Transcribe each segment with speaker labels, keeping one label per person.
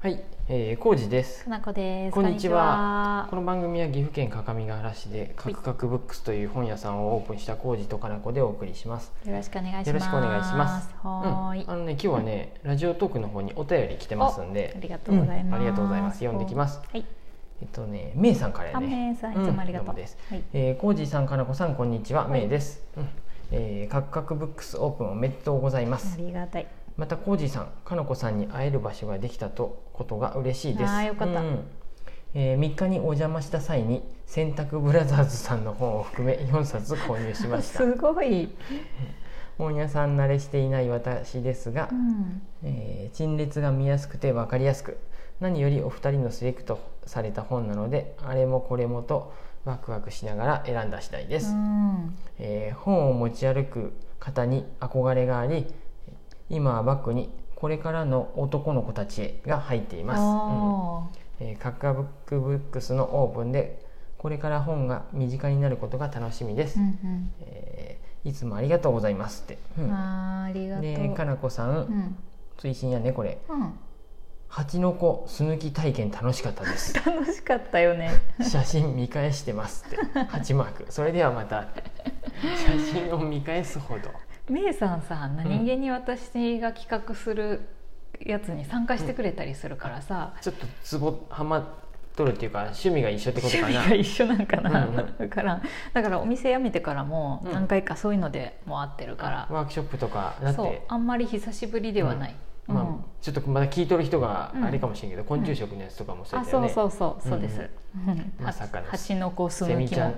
Speaker 1: はい、えー、康二です
Speaker 2: か。なこです
Speaker 1: こんにちは。こ
Speaker 2: こん
Speaker 1: の
Speaker 2: に
Speaker 1: 番組は岐阜県各務原市でカクカクブックスという本屋さんをオープンした康二とかなこでお送りします。
Speaker 2: ちはよろしくお願いします
Speaker 1: よろしくお願いします。うん、
Speaker 2: は
Speaker 1: あ
Speaker 2: ーい、あ
Speaker 1: のね今日はねラジオトークの方にお便り来てますんで、
Speaker 2: りがとうございます、
Speaker 1: うんありがとうございます読んできます
Speaker 2: はい
Speaker 1: えっとねめいさんから
Speaker 2: あ
Speaker 1: ね。
Speaker 2: めいさんいつもありがとう、
Speaker 1: うんどうもです
Speaker 2: はい
Speaker 1: えー、コージーさん、かなこさん、こんにちは、
Speaker 2: はい
Speaker 1: めいです。うんえー、カクカクブックスオープンおめでとうございま
Speaker 2: あ
Speaker 1: す。
Speaker 2: りがたい
Speaker 1: またコージーさん、かなこさんに会える場所ができたとことが嬉しいです。
Speaker 2: あーよかった
Speaker 1: うんえー、3日にお邪魔した際に洗濯ブラザーズさんの本を含め4冊購入しました
Speaker 2: すごい、
Speaker 1: 本屋さん慣れしていない私ですが
Speaker 2: う、ん、
Speaker 1: えー陳列が見やすくて分かりやすく何よりお二人のセレクトされた本なのであれもこれもとワクワクしながら選んだ次第です、
Speaker 2: うん
Speaker 1: えー本を持ち歩く方に憧れがあり今はバッグに「これからの男の子たちへ」が入っています、うん
Speaker 2: お
Speaker 1: えー、カッカブックブックスのオープンでこれから本が身近になることが楽しみで
Speaker 2: ー
Speaker 1: す、
Speaker 2: うんうん
Speaker 1: えーいつもありがとうございますって、うん
Speaker 2: あーありがとう、
Speaker 1: でかなこさん、
Speaker 2: うん、
Speaker 1: 追伸やねこれ
Speaker 2: うん、
Speaker 1: 蜂の子すぬき体験楽しかったです
Speaker 2: 楽しかったよね
Speaker 1: 写真見返してますって8マークそれではま た写真を見返すほど
Speaker 2: めいさんさ何気に私が企画するやつに参加してくれたりするからさ、
Speaker 1: ちょっとツボハマっとるっていうか趣味が一緒ってこと
Speaker 2: 趣
Speaker 1: か
Speaker 2: 味
Speaker 1: な
Speaker 2: が一緒なんかな、
Speaker 1: うんうん
Speaker 2: だからだからお店辞めてからも
Speaker 1: うん
Speaker 2: 何回かそういうのでもう会ってるか、
Speaker 1: ワークショップとからだっ
Speaker 2: そう
Speaker 1: て、
Speaker 2: あんまり久しぶりではない、うん
Speaker 1: まあ、ちょっとまだ聞いとる人があれかもしれんけど、昆虫食のやつとかもそう
Speaker 2: あ
Speaker 1: だよ
Speaker 2: そう
Speaker 1: ね
Speaker 2: そうそう、そうで
Speaker 1: う
Speaker 2: す
Speaker 1: ん、
Speaker 2: うん
Speaker 1: まさかの
Speaker 2: 蜂の子す
Speaker 1: セ
Speaker 2: ぬ
Speaker 1: ミ
Speaker 2: き
Speaker 1: ちゃん
Speaker 2: も、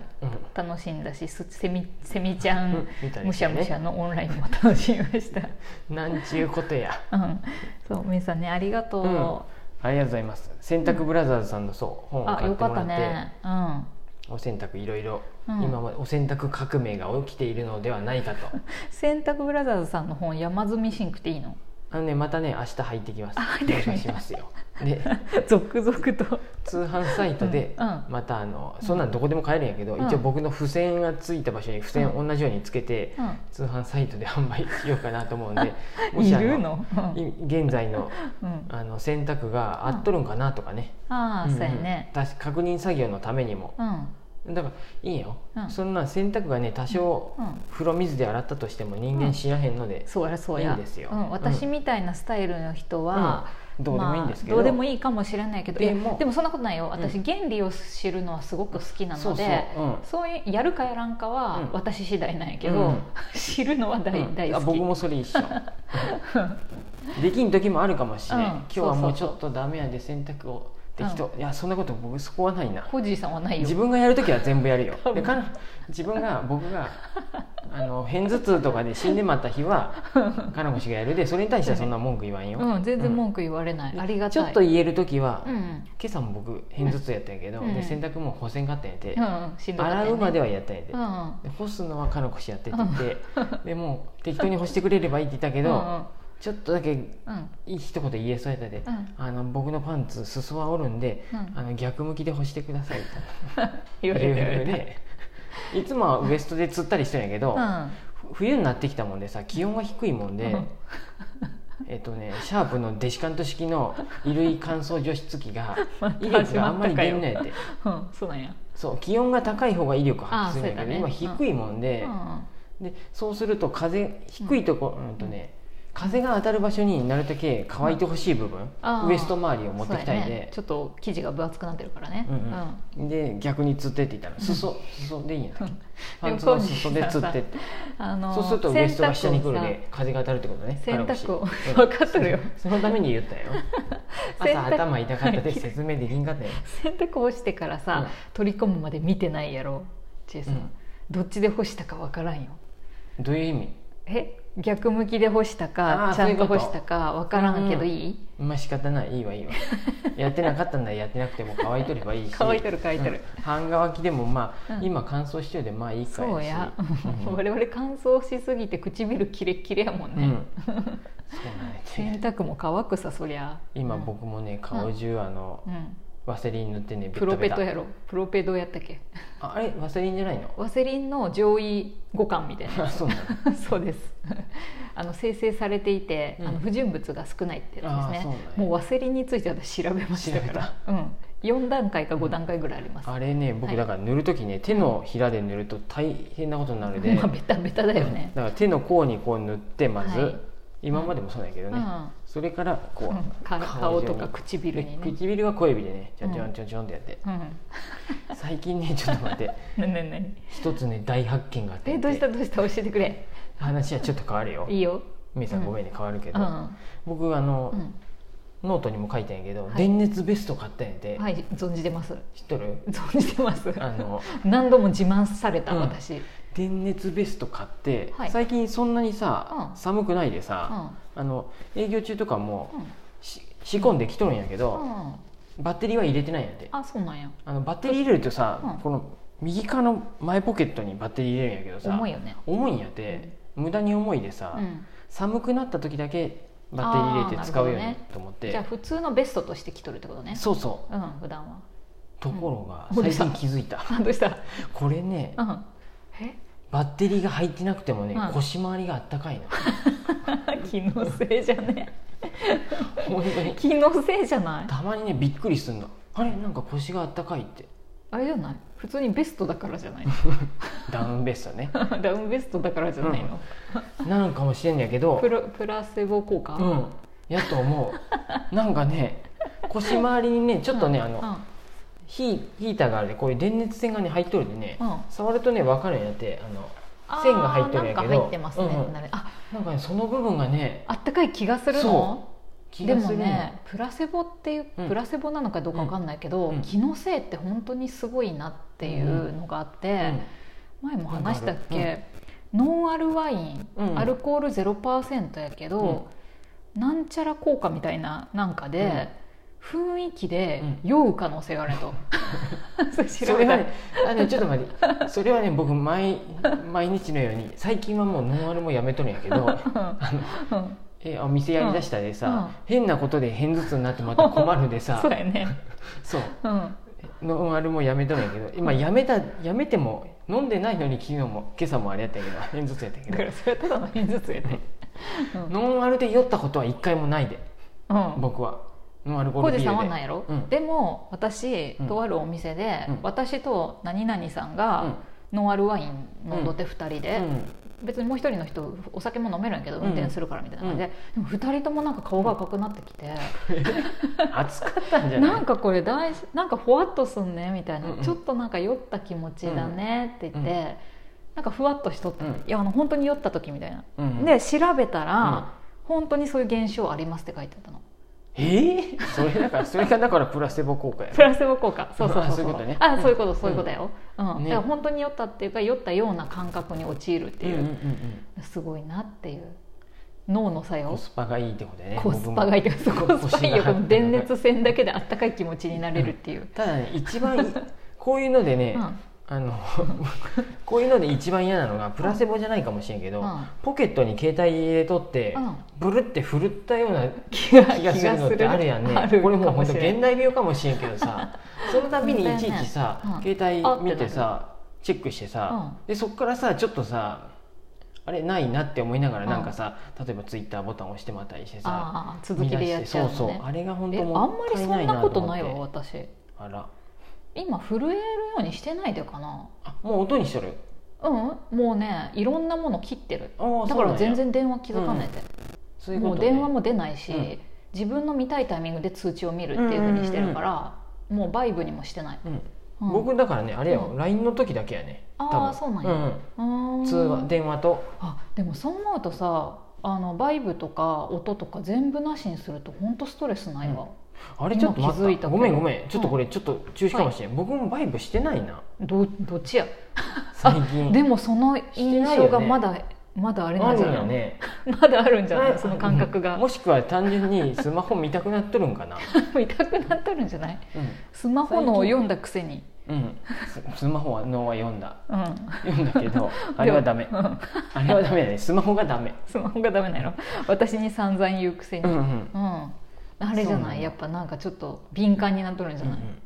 Speaker 2: 楽しんだしすセミセミちゃ
Speaker 1: うん
Speaker 2: ん、
Speaker 1: みたいな
Speaker 2: むしゃむしゃのオンラインも楽しみま した、
Speaker 1: なんちゅうことや
Speaker 2: うん、そう皆さんねありがとう、
Speaker 1: うんありがとうございます洗濯ブラザーズさんのそう本を
Speaker 2: あ
Speaker 1: 買っ
Speaker 2: よ
Speaker 1: て
Speaker 2: か
Speaker 1: も
Speaker 2: っ
Speaker 1: ら
Speaker 2: た
Speaker 1: って、
Speaker 2: ねうん
Speaker 1: お洗濯いろいろ、
Speaker 2: うん
Speaker 1: 今までお洗濯革命が起きているのではないかと
Speaker 2: 洗濯ブラザーズさんの本山積みシンクっていいの
Speaker 1: あのねまたね明日入ってきます
Speaker 2: あ入ってくるんだ
Speaker 1: しますよで
Speaker 2: 続々と
Speaker 1: 通販サイトで
Speaker 2: うんうん
Speaker 1: またあのそんなんどこでも買えるんやけど、
Speaker 2: うん
Speaker 1: 一応僕の付箋がついた場所に付箋
Speaker 2: う
Speaker 1: 同じようにつけて、
Speaker 2: うん
Speaker 1: 通販サイトで販売しようかなと思うん で
Speaker 2: い
Speaker 1: あ
Speaker 2: るの、うん
Speaker 1: い現在の
Speaker 2: うん、
Speaker 1: あの選択が合っとるんかなとかね、
Speaker 2: ああ、
Speaker 1: んん
Speaker 2: そうやね
Speaker 1: 確か確認作業のためにも
Speaker 2: うんうん
Speaker 1: だからいいよ、
Speaker 2: うん
Speaker 1: そんな洗濯がね多少風呂水で洗ったとしても人間死なへんので、
Speaker 2: そうやそうや
Speaker 1: いいですよ
Speaker 2: うん、私みたいなスタイルの人は、
Speaker 1: うんどうでもいいんですけど、
Speaker 2: まあ、どうでもいいかもしれないけど
Speaker 1: で
Speaker 2: で
Speaker 1: も
Speaker 2: もでもそんなことないよ私、原理を知るのはすごく好きな
Speaker 1: そ
Speaker 2: の
Speaker 1: う
Speaker 2: で
Speaker 1: そう、うん
Speaker 2: そういうやるかやらんか
Speaker 1: う
Speaker 2: は
Speaker 1: ん
Speaker 2: 私次第なんやけど、
Speaker 1: うん
Speaker 2: 知るのは大,、
Speaker 1: うん
Speaker 2: 大
Speaker 1: あ
Speaker 2: 好き
Speaker 1: 僕もそれ一緒できん時もあるかもしれん、
Speaker 2: うん
Speaker 1: 今日はもうち
Speaker 2: そ
Speaker 1: ょっとダメやで洗濯を適当、いやそんなこと僕そこはないな
Speaker 2: コージーさんはないよ
Speaker 1: 自分がやる時は全部やるよ
Speaker 2: 多分
Speaker 1: でかな自分が僕があの片頭痛とかで死んでまった日はかなこ氏がやるでそれに対してはそんな文句言わんよ、
Speaker 2: うん、全然文句言われない、
Speaker 1: うん
Speaker 2: ありが
Speaker 1: ち
Speaker 2: た
Speaker 1: ょ
Speaker 2: い
Speaker 1: っと言える時は、
Speaker 2: うん、う
Speaker 1: 今
Speaker 2: ん
Speaker 1: 朝も僕片頭痛やったんやけど、
Speaker 2: うん
Speaker 1: で洗濯も干せんかったんやて、
Speaker 2: うん、しんどかったよね
Speaker 1: 洗うまではやったんやて、
Speaker 2: うんうん
Speaker 1: で干すのはかのこ氏やってって言って、 でもう適当に干してくれればいいって言ったけ
Speaker 2: け
Speaker 1: ど、ちょっとだけ
Speaker 2: うん
Speaker 1: いい一言言えそうやったで、
Speaker 2: うん
Speaker 1: あの僕のパンツ裾は折るんで、
Speaker 2: うん
Speaker 1: あの逆向きで干してくださいって
Speaker 2: 言われて言われて、
Speaker 1: ねいつもはウエストで釣ったりしてんやけど、
Speaker 2: うん
Speaker 1: ふ冬になってきたもんでさ気温が低いもんで、
Speaker 2: うん
Speaker 1: えっとねシャープのデシカント式の衣類乾燥除湿機が
Speaker 2: また
Speaker 1: 威力があんまり出んのやって
Speaker 2: うん、そうなんや、
Speaker 1: そう気温が高い方が威力
Speaker 2: あー
Speaker 1: 発揮するんやけど、
Speaker 2: そ
Speaker 1: 今
Speaker 2: うだね
Speaker 1: 低いもんで,、でそうすると風低いとこ、うん、とね風が当たる場所になるだけ乾いてほしい部分、
Speaker 2: あー
Speaker 1: ウエスト周りを持ってきたい
Speaker 2: そう
Speaker 1: で、
Speaker 2: やね、ちょっと生地が分厚くなってるからね、
Speaker 1: うんうんで逆に釣ってって言ったら裾裾でいいんやったっけパンツの裾で釣ってって
Speaker 2: あの
Speaker 1: そうするとウエストが下に来る
Speaker 2: 洗濯を
Speaker 1: で風が当たるってことね
Speaker 2: 洗濯を
Speaker 1: 彼の
Speaker 2: 分かっとるよ
Speaker 1: そのために言 ったよ
Speaker 2: 洗
Speaker 1: 朝
Speaker 2: 濯
Speaker 1: 頭痛かったで説明できんかったよ
Speaker 2: 洗濯干してからさ、
Speaker 1: うん
Speaker 2: 取り込むまで見てないやろちえさん、
Speaker 1: うん
Speaker 2: どっちで干したか分からんよ
Speaker 1: どういう意味
Speaker 2: え逆向きで干した
Speaker 1: あ
Speaker 2: か
Speaker 1: ー
Speaker 2: ちゃん
Speaker 1: そうい
Speaker 2: と
Speaker 1: うこと
Speaker 2: 干したか分からんけどいい、
Speaker 1: まあ仕方ないいいわいい わやってなかったんだやってなくても乾いとればいいし
Speaker 2: 乾いとる乾いとる
Speaker 1: うん半乾きでもまあ、
Speaker 2: うん
Speaker 1: 今乾燥してるでまあいいか
Speaker 2: そうや、
Speaker 1: うん
Speaker 2: 我々乾燥しすぎて唇キレッキレやもん
Speaker 1: う
Speaker 2: ね、
Speaker 1: ん、 そうなんや
Speaker 2: 洗
Speaker 1: ね
Speaker 2: 濯も乾くさそりゃ
Speaker 1: 今
Speaker 2: うん
Speaker 1: 僕もね顔中あの、
Speaker 2: うん
Speaker 1: ワセリン塗ってねベ
Speaker 2: プ
Speaker 1: ッ
Speaker 2: ロ
Speaker 1: タ
Speaker 2: ペ
Speaker 1: ベタ
Speaker 2: トやろプロペドやったっけ
Speaker 1: ああれワセリンじゃないの
Speaker 2: ワセリンの上位互換みたいな
Speaker 1: あそうなの
Speaker 2: そうですあの生成されていて、
Speaker 1: うん
Speaker 2: あの不純物が少ないってやつで
Speaker 1: あー
Speaker 2: す
Speaker 1: そう
Speaker 2: ね
Speaker 1: なんや
Speaker 2: もうワセリンについて私調べましたからうん、4段階か5段階ぐらいあります、
Speaker 1: あれね
Speaker 2: は
Speaker 1: 僕
Speaker 2: い
Speaker 1: だから塗る時ね手のひらで塗ると大変なことになるで、
Speaker 2: まあベタベタだよね、
Speaker 1: だから手の甲にこう塗ってまず、
Speaker 2: はい
Speaker 1: 今までもそうだけど
Speaker 2: うん
Speaker 1: ね、それからこう、
Speaker 2: うんか顔とか唇に
Speaker 1: で
Speaker 2: ね
Speaker 1: 唇は小指でねちょんちょ
Speaker 2: うん
Speaker 1: んちょんちょんってやって、
Speaker 2: うん
Speaker 1: 最近ねちょっと待って
Speaker 2: 何何何
Speaker 1: 一つね大発見があって
Speaker 2: えどうしたどうした教えてくれ
Speaker 1: 話はちょっと変わるよ
Speaker 2: いいよ
Speaker 1: メイさんごめんね変わるけ
Speaker 2: う
Speaker 1: ど、
Speaker 2: ん、
Speaker 1: 僕あの、
Speaker 2: うん、
Speaker 1: ノートにも書いたんやけど、
Speaker 2: はい
Speaker 1: 電熱ベスト買ったんやて、
Speaker 2: はい存じてます
Speaker 1: 知っとる
Speaker 2: 存じてます
Speaker 1: あの
Speaker 2: 何度も自慢された、
Speaker 1: うん
Speaker 2: 私、うん、
Speaker 1: 電熱ベスト買って、
Speaker 2: はい
Speaker 1: 最近そんなにさ、
Speaker 2: うん
Speaker 1: 寒くないでさ、
Speaker 2: あ
Speaker 1: あの営業中とかもし仕込んできとるんやけど、バッテリーは入れてないんやって
Speaker 2: あそうなんや
Speaker 1: あのバッテリー入れるとさ、
Speaker 2: うん
Speaker 1: この右側の前ポケットにバッテリー入れるんやけどさ
Speaker 2: 重いよね
Speaker 1: 重いんやって、無駄に重いでさ、
Speaker 2: うん
Speaker 1: 寒くなった時だけバッテリー入れて使うようにと思って、
Speaker 2: じゃあ普通のベストとして着とるってことね
Speaker 1: そうそう
Speaker 2: うん普段は
Speaker 1: ところが
Speaker 2: うん
Speaker 1: 最近気づいた、
Speaker 2: あどうした
Speaker 1: これね
Speaker 2: うんえ
Speaker 1: バッテリーが入ってなくてもね、
Speaker 2: うん
Speaker 1: 腰回りがあったかいな
Speaker 2: 気のせいじゃね
Speaker 1: 本当に
Speaker 2: 気のせいじゃない
Speaker 1: たまにねびっくりすんのあれなんか腰があったかいって
Speaker 2: あれじゃない普通にベストだからじゃない
Speaker 1: ダウンベストね
Speaker 2: ダウンベストだからじゃないの、
Speaker 1: なんかもしれんやけど
Speaker 2: プロプラセボ効果、
Speaker 1: うんやと思うなんかね腰回りにねちょっとね、あの、ヒヒーターがあるでこういう電熱線がね入っとるんでね、
Speaker 2: うん
Speaker 1: 触るとね分かるんやってあの
Speaker 2: あー
Speaker 1: 線が入ってるんやけど
Speaker 2: なんか入ってますね、
Speaker 1: うんうん
Speaker 2: なるあ
Speaker 1: なんかねその部分がね
Speaker 2: あったかい気がするの
Speaker 1: そ気
Speaker 2: で
Speaker 1: が
Speaker 2: も
Speaker 1: するの
Speaker 2: ねプラセボっていう、
Speaker 1: うん
Speaker 2: プラセボなのかどうかわかんないけど、
Speaker 1: うん
Speaker 2: 気のせいって本当にすごいなっていうのがあって、前も話したっけ、ノンアルワイン、
Speaker 1: うん
Speaker 2: アルコール0%やけど、なんちゃら効果みたいななんかで、雰囲気で酔う可能性がある と、それ
Speaker 1: そ
Speaker 2: 調
Speaker 1: れ
Speaker 2: べた
Speaker 1: は
Speaker 2: ら
Speaker 1: ねあのちょっと待ってそれはね僕毎毎日のように最近はもうノンアルもやめとるんやけ どあの
Speaker 2: うん
Speaker 1: えお店やりだしたでさ、
Speaker 2: うんうん
Speaker 1: 変なことで偏頭痛になってまた困るでさ
Speaker 2: そうやね、
Speaker 1: そう
Speaker 2: うん、
Speaker 1: ノンアルもやめとるんやけど今やめたやめても飲んでないのに昨日も今朝もあれやったんやけど偏頭痛やったんやけ
Speaker 2: だか
Speaker 1: ど
Speaker 2: らそれはただの偏頭痛や ね、うん
Speaker 1: ノンアルで酔ったことは一回もないで
Speaker 2: うん
Speaker 1: 僕はノンアルコ
Speaker 2: 浩
Speaker 1: ールビー
Speaker 2: 司さんは
Speaker 1: ル
Speaker 2: なん
Speaker 1: で
Speaker 2: やろ、
Speaker 1: うん
Speaker 2: でも私
Speaker 1: うん
Speaker 2: とあるお店で、
Speaker 1: うん
Speaker 2: 私と何々さんがノンアルワイン飲んどって2人で、別にもう一人の人お酒も飲めるんやけど
Speaker 1: うん
Speaker 2: 運転するからみたいな感じで、でも2人ともなんか顔が赤くなってきて、
Speaker 1: うん、暑かったんじゃない
Speaker 2: なんかこれ大事なんかふわっとすんねみたいな、
Speaker 1: うんうん
Speaker 2: ちょっとなんか酔った気持ちだねって言って、
Speaker 1: うん
Speaker 2: なんかふわっとしとった、
Speaker 1: うん
Speaker 2: いやあの本当に酔った時みたいな、
Speaker 1: うん
Speaker 2: で調べたら、
Speaker 1: うん
Speaker 2: 本当にそういう現象ありますって書いてあったの。
Speaker 1: えー、それだからそれがだからプラセボ効果や
Speaker 2: プラセボ効果そうそう
Speaker 1: あ
Speaker 2: そう
Speaker 1: そういうことね
Speaker 2: あそういうことそういうことだよ、うん
Speaker 1: ね
Speaker 2: だから本当に酔ったっていうか酔ったような感覚に陥る っていう、
Speaker 1: んうん
Speaker 2: すごいなっていう脳の作
Speaker 1: うん、コ
Speaker 2: 用
Speaker 1: スパがいいってことだね
Speaker 2: コスパがいいです
Speaker 1: 僕
Speaker 2: コ
Speaker 1: も
Speaker 2: スパいいよ
Speaker 1: 腰が
Speaker 2: この電熱線だけであったかい気持ちになれるっていう、
Speaker 1: ただね一番いこういうのでね、
Speaker 2: うん
Speaker 1: あの こういうので一番嫌なのがプラセボじゃないかもしれんけど、
Speaker 2: うん
Speaker 1: ポケットに携帯入れとって、
Speaker 2: うん
Speaker 1: ブルって振るったような
Speaker 2: 気が
Speaker 1: 気がするのってあるやんね
Speaker 2: ある
Speaker 1: これも
Speaker 2: か
Speaker 1: う本
Speaker 2: し
Speaker 1: 当
Speaker 2: れん
Speaker 1: 現代病かもしれんけど さそのたびにいちいちさ、
Speaker 2: 本当やねうん
Speaker 1: 携帯見てさチェックしてさ、
Speaker 2: う
Speaker 1: でそっからさちょっとさあれないなって思いながらなんかさ、例えばツイッターボタン押してもらったりしてさ
Speaker 2: ああ続きでやっちゃうのね
Speaker 1: そうそうあれが本
Speaker 2: え
Speaker 1: 当
Speaker 2: あんま
Speaker 1: もっ
Speaker 2: り
Speaker 1: た
Speaker 2: そ
Speaker 1: いなんい
Speaker 2: な
Speaker 1: な
Speaker 2: ことと
Speaker 1: 思っ
Speaker 2: ない
Speaker 1: て
Speaker 2: わ私
Speaker 1: あら
Speaker 2: 今震えるようにしてないでかな
Speaker 1: あもう音にしとる
Speaker 2: うんもうねいろんなもの切ってる
Speaker 1: あー
Speaker 2: だ
Speaker 1: そ
Speaker 2: か
Speaker 1: うなん
Speaker 2: ら
Speaker 1: や
Speaker 2: 全然電話気づかないで、
Speaker 1: そういうこ
Speaker 2: も
Speaker 1: と、
Speaker 2: う
Speaker 1: ね、
Speaker 2: 電話も出ないし、
Speaker 1: うん
Speaker 2: 自分の見たいタイミングで通知を見るっていうふうにしてるから、もうバイブにもしてない、
Speaker 1: うん
Speaker 2: うん
Speaker 1: 僕だからねあれよ、
Speaker 2: う
Speaker 1: LINE の時だけやね
Speaker 2: あーそうなんやうー
Speaker 1: うんん通話電話と
Speaker 2: あでもそう思うとさあのバイブとか音とか全部なしにすると本当ストレスないわ、
Speaker 1: あれちょっと
Speaker 2: 今気づ
Speaker 1: 待
Speaker 2: い
Speaker 1: った
Speaker 2: けど
Speaker 1: ごめんごめんちょっとこれちょっと中止かもしれん、僕もバイブしてないな
Speaker 2: どどっちや
Speaker 1: 最近
Speaker 2: でもその印象が
Speaker 1: してないよね
Speaker 2: まだ、まだあれ
Speaker 1: あ
Speaker 2: なんじ
Speaker 1: る
Speaker 2: ゃ
Speaker 1: ん
Speaker 2: な
Speaker 1: や
Speaker 2: い、
Speaker 1: ね
Speaker 2: まだあるんじゃないその感覚
Speaker 1: う
Speaker 2: が
Speaker 1: んもしくは単純にスマホ見たくなっとるんかな
Speaker 2: 見たくなっとるんじゃない
Speaker 1: うん
Speaker 2: スマホのを読んだくせに、
Speaker 1: うんススマホは脳は読んだ
Speaker 2: うん、
Speaker 1: 読んだけ どあれはダメ
Speaker 2: でもうん
Speaker 1: あれはダメだねスマホがダメ
Speaker 2: スマホがダメなの私に散々言うくせに、
Speaker 1: うんうん
Speaker 2: うん、あれじゃ
Speaker 1: そう
Speaker 2: な
Speaker 1: なん
Speaker 2: い
Speaker 1: だ
Speaker 2: やっぱなんかちょっと敏感になっとるんじゃない、
Speaker 1: うんうん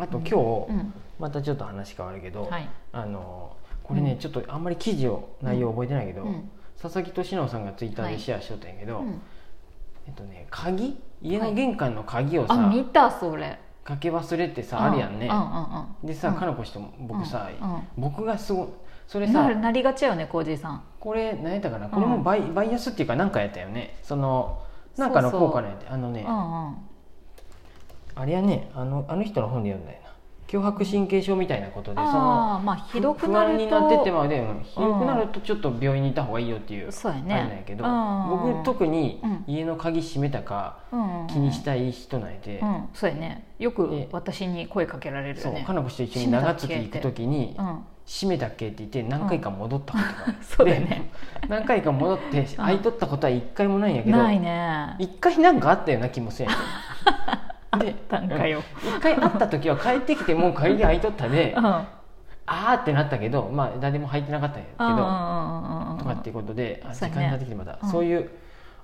Speaker 1: あと今日、
Speaker 2: うん
Speaker 1: またちょっと話変わるけど、
Speaker 2: はい、
Speaker 1: あのこれね、
Speaker 2: うん
Speaker 1: ちょっとあんまり記事を内容覚えてないけど、
Speaker 2: うん
Speaker 1: 佐々木俊直さんがツイッターでシェアしとったんやけど、
Speaker 2: うん
Speaker 1: えっとね鍵家の玄関の鍵をさ、
Speaker 2: あ見たそれ
Speaker 1: かけ忘れてさあるやんね、
Speaker 2: うんうんうん、
Speaker 1: でさ、
Speaker 2: うん
Speaker 1: かなこしても僕さ、
Speaker 2: うんうん
Speaker 1: 僕がすごいそれ
Speaker 2: な
Speaker 1: さ
Speaker 2: るなりがちよねコージーさん
Speaker 1: これ何やったかなこれもバイ,、バイアスっていうか何かやったよねそのなんかの
Speaker 2: そうそう
Speaker 1: 効果なんやってあの
Speaker 2: う
Speaker 1: ね、
Speaker 2: んうん
Speaker 1: あれやねあのあの人の本で読んだよな脅迫神経症みたいなことでその
Speaker 2: ああーまあひどくな
Speaker 1: 不安
Speaker 2: る
Speaker 1: に
Speaker 2: と
Speaker 1: なってってまあでもひどくなるとちょっと病院に行った方がいいよっていう
Speaker 2: そうや
Speaker 1: あ
Speaker 2: ね
Speaker 1: れなんやけど、
Speaker 2: うん
Speaker 1: 僕特に
Speaker 2: うん
Speaker 1: 家の鍵閉めたか
Speaker 2: うんうん
Speaker 1: 気にしたい人なんで、
Speaker 2: うんそうやねよく
Speaker 1: で
Speaker 2: 私に声かけられる
Speaker 1: そう
Speaker 2: よね
Speaker 1: かなこ氏と一緒に長月行く時に
Speaker 2: うん
Speaker 1: 「閉めたっけ?」って言って何回か戻ったことがある、
Speaker 2: そうだよね
Speaker 1: で何回か戻って開いとったことは一回もないんやけど
Speaker 2: ないね
Speaker 1: 一回なんかあったような気もするんや
Speaker 2: あっ
Speaker 1: けどで
Speaker 2: たんかよ、
Speaker 1: 一回会った時は帰ってきてもう鍵開いとったで
Speaker 2: うん、うんうんうん
Speaker 1: あーってなったけどまあ誰も入ってなかったんやけ
Speaker 2: うん
Speaker 1: ど
Speaker 2: うん
Speaker 1: とかっていうことであ時
Speaker 2: そう
Speaker 1: 間
Speaker 2: やね
Speaker 1: になってきてまた
Speaker 2: うん
Speaker 1: そういう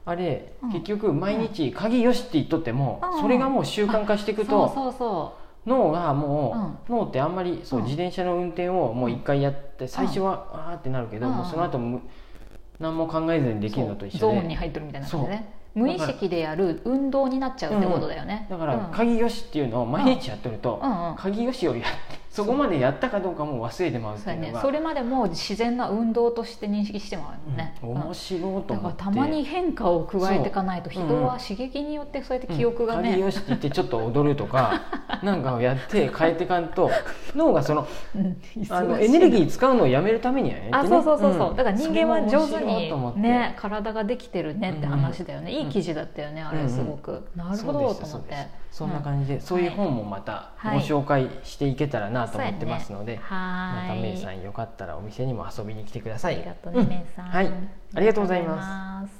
Speaker 1: あれ
Speaker 2: うん
Speaker 1: 結局毎日鍵よしって言っとっても
Speaker 2: うん
Speaker 1: それがもう習慣化していく
Speaker 2: そう
Speaker 1: と
Speaker 2: そうそ
Speaker 1: 脳がもう脳ってあんまりそう
Speaker 2: うん
Speaker 1: 自転車の運転をもう一回やって最初はあーってなるけど
Speaker 2: うん
Speaker 1: もうその後も何も考えずにで
Speaker 2: う
Speaker 1: きるのと
Speaker 2: そう
Speaker 1: 一
Speaker 2: ゾ
Speaker 1: 緒
Speaker 2: ーンに
Speaker 1: で
Speaker 2: 入ってるみたいな感じでね無意識でやる運動になっちゃうってことだよね、
Speaker 1: だか
Speaker 2: うん
Speaker 1: ら鍵よしっていうのを毎日やってると
Speaker 2: うんうん
Speaker 1: 鍵よしをやってそこまでやったかどうかもう忘れてまうっ
Speaker 2: そう
Speaker 1: てい
Speaker 2: や
Speaker 1: うの
Speaker 2: ね
Speaker 1: が
Speaker 2: それまでも自然な運動として認識してもらう
Speaker 1: うん
Speaker 2: のね、うん
Speaker 1: 面白いと思って
Speaker 2: だからたまに変化を加えていかないと人は刺激によってそうやって記憶が
Speaker 1: うん、
Speaker 2: ね、
Speaker 1: 鍵よしって言ってちょっと踊ると かなんかをやって変えていかんと脳がその
Speaker 2: うん
Speaker 1: あのエネルギ
Speaker 2: ー
Speaker 1: ー使うのをやめるためにはね
Speaker 2: あそうそうそうそう、だから人間は上手
Speaker 1: と思っ
Speaker 2: に
Speaker 1: て
Speaker 2: ね体ができてるねって話だよね、
Speaker 1: ん
Speaker 2: いい記事だったよね、あれすごく、なるほどと思って
Speaker 1: そんな感じで、そういう本もまた
Speaker 2: は
Speaker 1: ご
Speaker 2: い
Speaker 1: 紹介していけたらなと思ってますので、
Speaker 2: は
Speaker 1: ま
Speaker 2: ー
Speaker 1: た
Speaker 2: い
Speaker 1: めいさんよかったらお店にも遊びに来てくださ
Speaker 2: あ
Speaker 1: い
Speaker 2: りがとうね、めいさん、
Speaker 1: はいありがとうございます
Speaker 2: ありがとうございます